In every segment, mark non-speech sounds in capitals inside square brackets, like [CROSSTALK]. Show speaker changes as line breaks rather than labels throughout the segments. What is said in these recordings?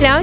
了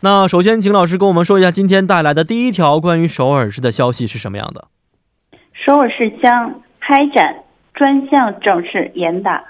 那首先，请老师跟我们说一下今天带来的第一条关于首尔市的消息是什么样的？
首尔市将开展专项整治严打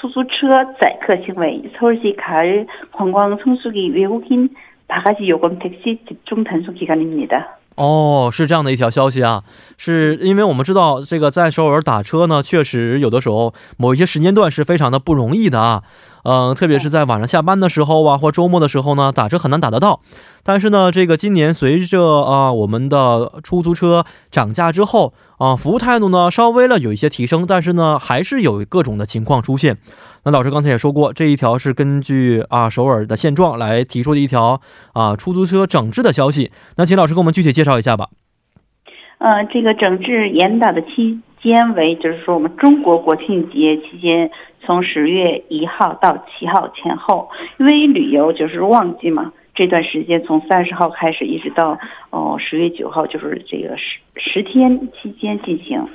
出租车载客行为. 서울시 가을 관광 성수기 외국인 바가지 요금 택시 집중 단속 기간입니다.
哦，是这样的一条消息啊，是因为我们知道这个在首尔打车呢，确实有的时候某一些时间段是非常的不容易的啊，嗯、特别是在晚上下班的时候啊，或周末的时候呢，打车很难打得到。但是呢，这个今年随着啊、我们的出租车涨价之后啊、服务态度呢稍微了有一些提升，但是呢，还是有各种的情况出现。那老师刚才也说过，这一条是根据啊首尔的现状来提出的一条啊出租车整治的消息。那请老师给我们具体介绍一下吧。
呃，这个整治严打的期间为，就是说我们中国国庆节期间，从十月一号到七号前后，因为旅游就是旺季嘛，这段时间从三十号开始一直到哦十、0月九号，就是这个十十天期间进行。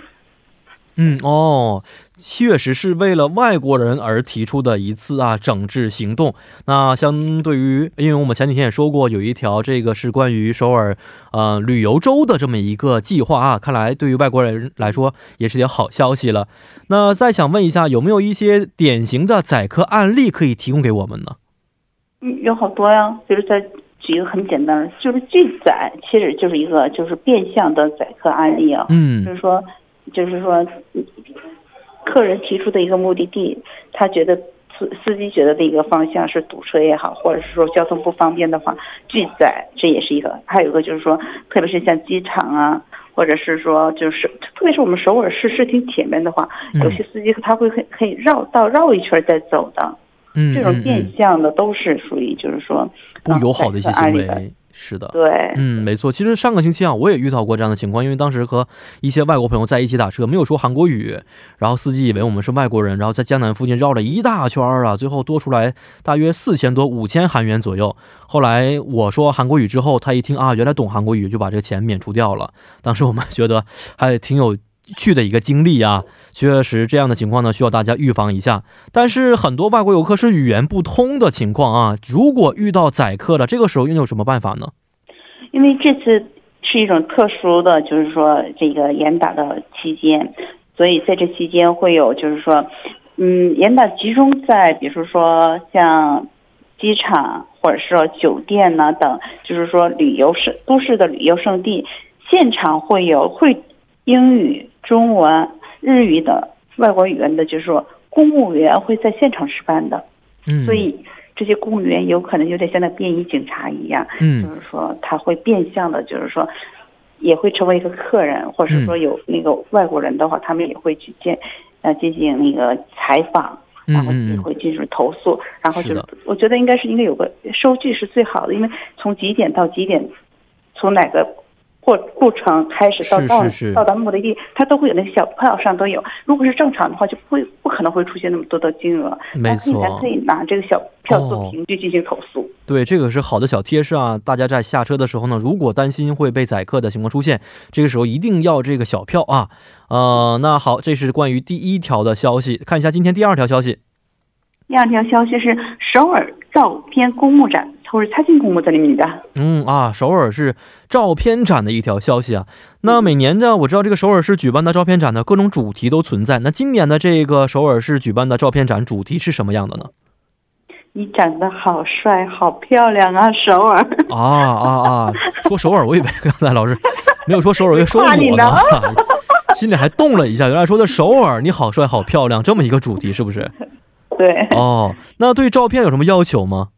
嗯，哦，确实是为了外国人而提出的一次啊整治行动。那相对于，因为我们前几天也说过，有一条这个是关于首尔呃旅游周的这么一个计划啊，看来对于外国人来说也是点好消息了。那再想问一下，有没有一些典型的宰客案例可以提供给我们呢？
嗯，有好多呀，比如在举一个很简单的，就是拒载，其实就是一个就是变相的宰客案例啊。就
嗯，
是说，就是说，客人提出的一个目的地，他觉得司司机觉得的一个方向是堵车也好，或者是说交通不方便的话，拒载这也是一个。还有一个就是说，特别是像机场啊，或者是说就是特别是我们首尔市市厅前面的话，
嗯
有些司机他会可以可以绕道绕一圈再走的，
嗯，
这种
嗯
变
嗯
相的都是属于就是说
不友好的一些行。
啊
为，是的。
对，
嗯，没错。其实上个星期啊，我也遇到过这样的情况，因为当时和一些外国朋友在一起打车，没有说韩国语，然后司机以为我们是外国人，然后在江南附近绕了一大圈儿啊，最后多出来大约四千多、五千韩元左右。后来我说韩国语之后，他一听啊，原来懂韩国语，就把这个钱免除掉了。当时我们 [LAUGHS] 觉得还挺有。趣的一个经历啊，确实这样的情况呢，需要大家预防一下。但是很多外国游客是语言不通的情况啊，如果遇到宰客了，这个时候又有什么办法呢？
因为这次是一种特殊的，就是说这个严打的期间，所以在这期间会有，就是说，嗯，严打集中在比如说像机场或者是说酒店呐、等，就是说旅游胜都市的旅游胜地，现场会有会英语、中文、日语等外国语言的，就是说公务员会在现场值班的，
嗯，
所以这些公务员有可能有点像那便衣警察一样。就
嗯
是说他会变相的，就是说也会成为一个客人，或者是
嗯
说有那个外国人的话，他们也会去见呃进行那个采访，然后
嗯
也
嗯
会进行投诉，然后就是是
的
我觉得应该是应该有个收据是最好的，因为从几点到几点，从哪个。过过程开始到
是
到
是是
到达目的地，它都会有那个小票上都有。如果是正常的话，就不会不可能会出现那么多的金额。
嗯，没
但是你还
错
可，以拿这个小票做
哦
凭据进行投诉。
对，这个是好的小贴士啊。大家在下车的时候呢，如果担心会被宰客的情况出现，这个时候一定要这个小票啊。呃，那好，这是关于第一条的消息，看一下今天第二条消息。
第二条消息是首尔照片公墓展，서울사진공모전입니다。
嗯啊，首尔是照片展的一条消息啊。那每年呢，我知道这个首尔市举办的照片展呢，各种主题都存在。那今年的这个首尔市举办的照片展主题是什么样的呢？
你长得好帅，好漂亮啊，首尔！ [LAUGHS]
啊啊啊！说首尔，我以为刚才老师没有说首尔，我以为说我
夸你
呢 [LAUGHS]
呢，
心里还动了一下。原来说的首尔，你好帅，好漂亮，这么一个主题是不是？
对，
哦，那对照片有什么要求吗？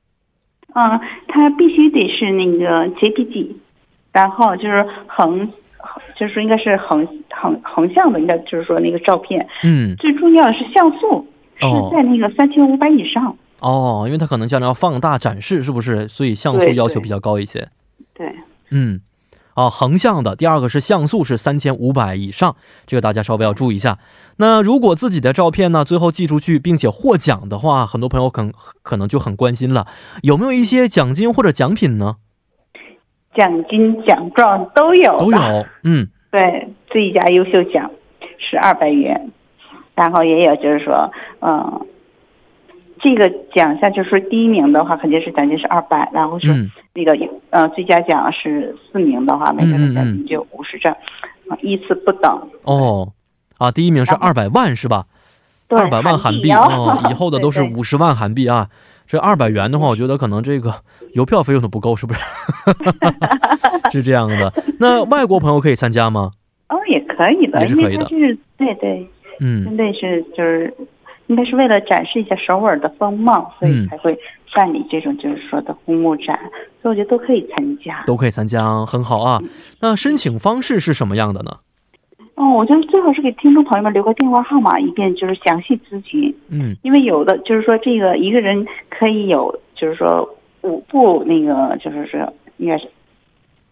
嗯，它必须得是那个 JPG，然后就是横，就是说应该是横横横向的，应该就是说那个照片，
嗯，
最重要的是像素是
哦
在那个三千五百以上。
哦，因为它可能将来要放大展示，是不是？所以像素
对
要求
对
比较高一些。
对，
嗯，啊、横向的；第二个是像素是三千五百以上，这个大家稍微要注意一下。那如果自己的照片呢，最后寄出去并且获奖的话，很多朋友可能可能就很关心了，有没有一些奖金或者奖品呢？
奖金、奖状都有的，
都有，嗯，
对，最佳优秀奖是二百元，然后也有就是说，嗯，这个奖项就是说第一名的话肯定是奖金是二百，然后是
嗯
那个、呃最佳奖是四名的话，每
嗯
个
嗯
人
嗯
奖金就五十张，啊依次不等。
哦，啊，第一名是二百万是吧？
对，
二百万韩币
哦
哦，以后的都是
[LAUGHS] 对对
五十万韩币啊。这二百元的话，我觉得可能这个邮票费用都不够，是不是？ [LAUGHS] 是这样的。那外国朋友可以参加吗？
哦，也可以的，
也是
因
可
为
以
它
的
是对对，
嗯
针对是就是，应该是为了展示一下首尔的风貌，所以
嗯
才会办理这种就是说的公募展，所以我觉得都可以参加。
都可以参加，很好啊。那申请方式是什么样的呢？
哦，我觉得最好是给听众朋友们留个电话号码，以便就是详细咨询，
嗯，
因为有的就是说这个一个人可以有就是说五部那个就是说应该是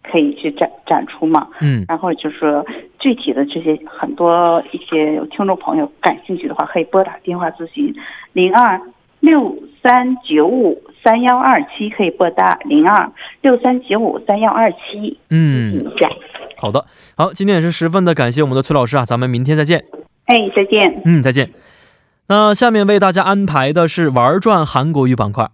可以去展展出嘛，
嗯，
然后就是说具体的这些很多一些听众朋友感兴趣的话，可以拨打电话咨询零二六三九五三幺二七，可以拨打零二六三九五三幺二七咨询
嗯，
一下。
好的，好，今天也是十分的感谢我们的崔老师啊，咱们明天再见。
哎，再见。
嗯，再见。那下面为大家安排的是玩转韩国语板块。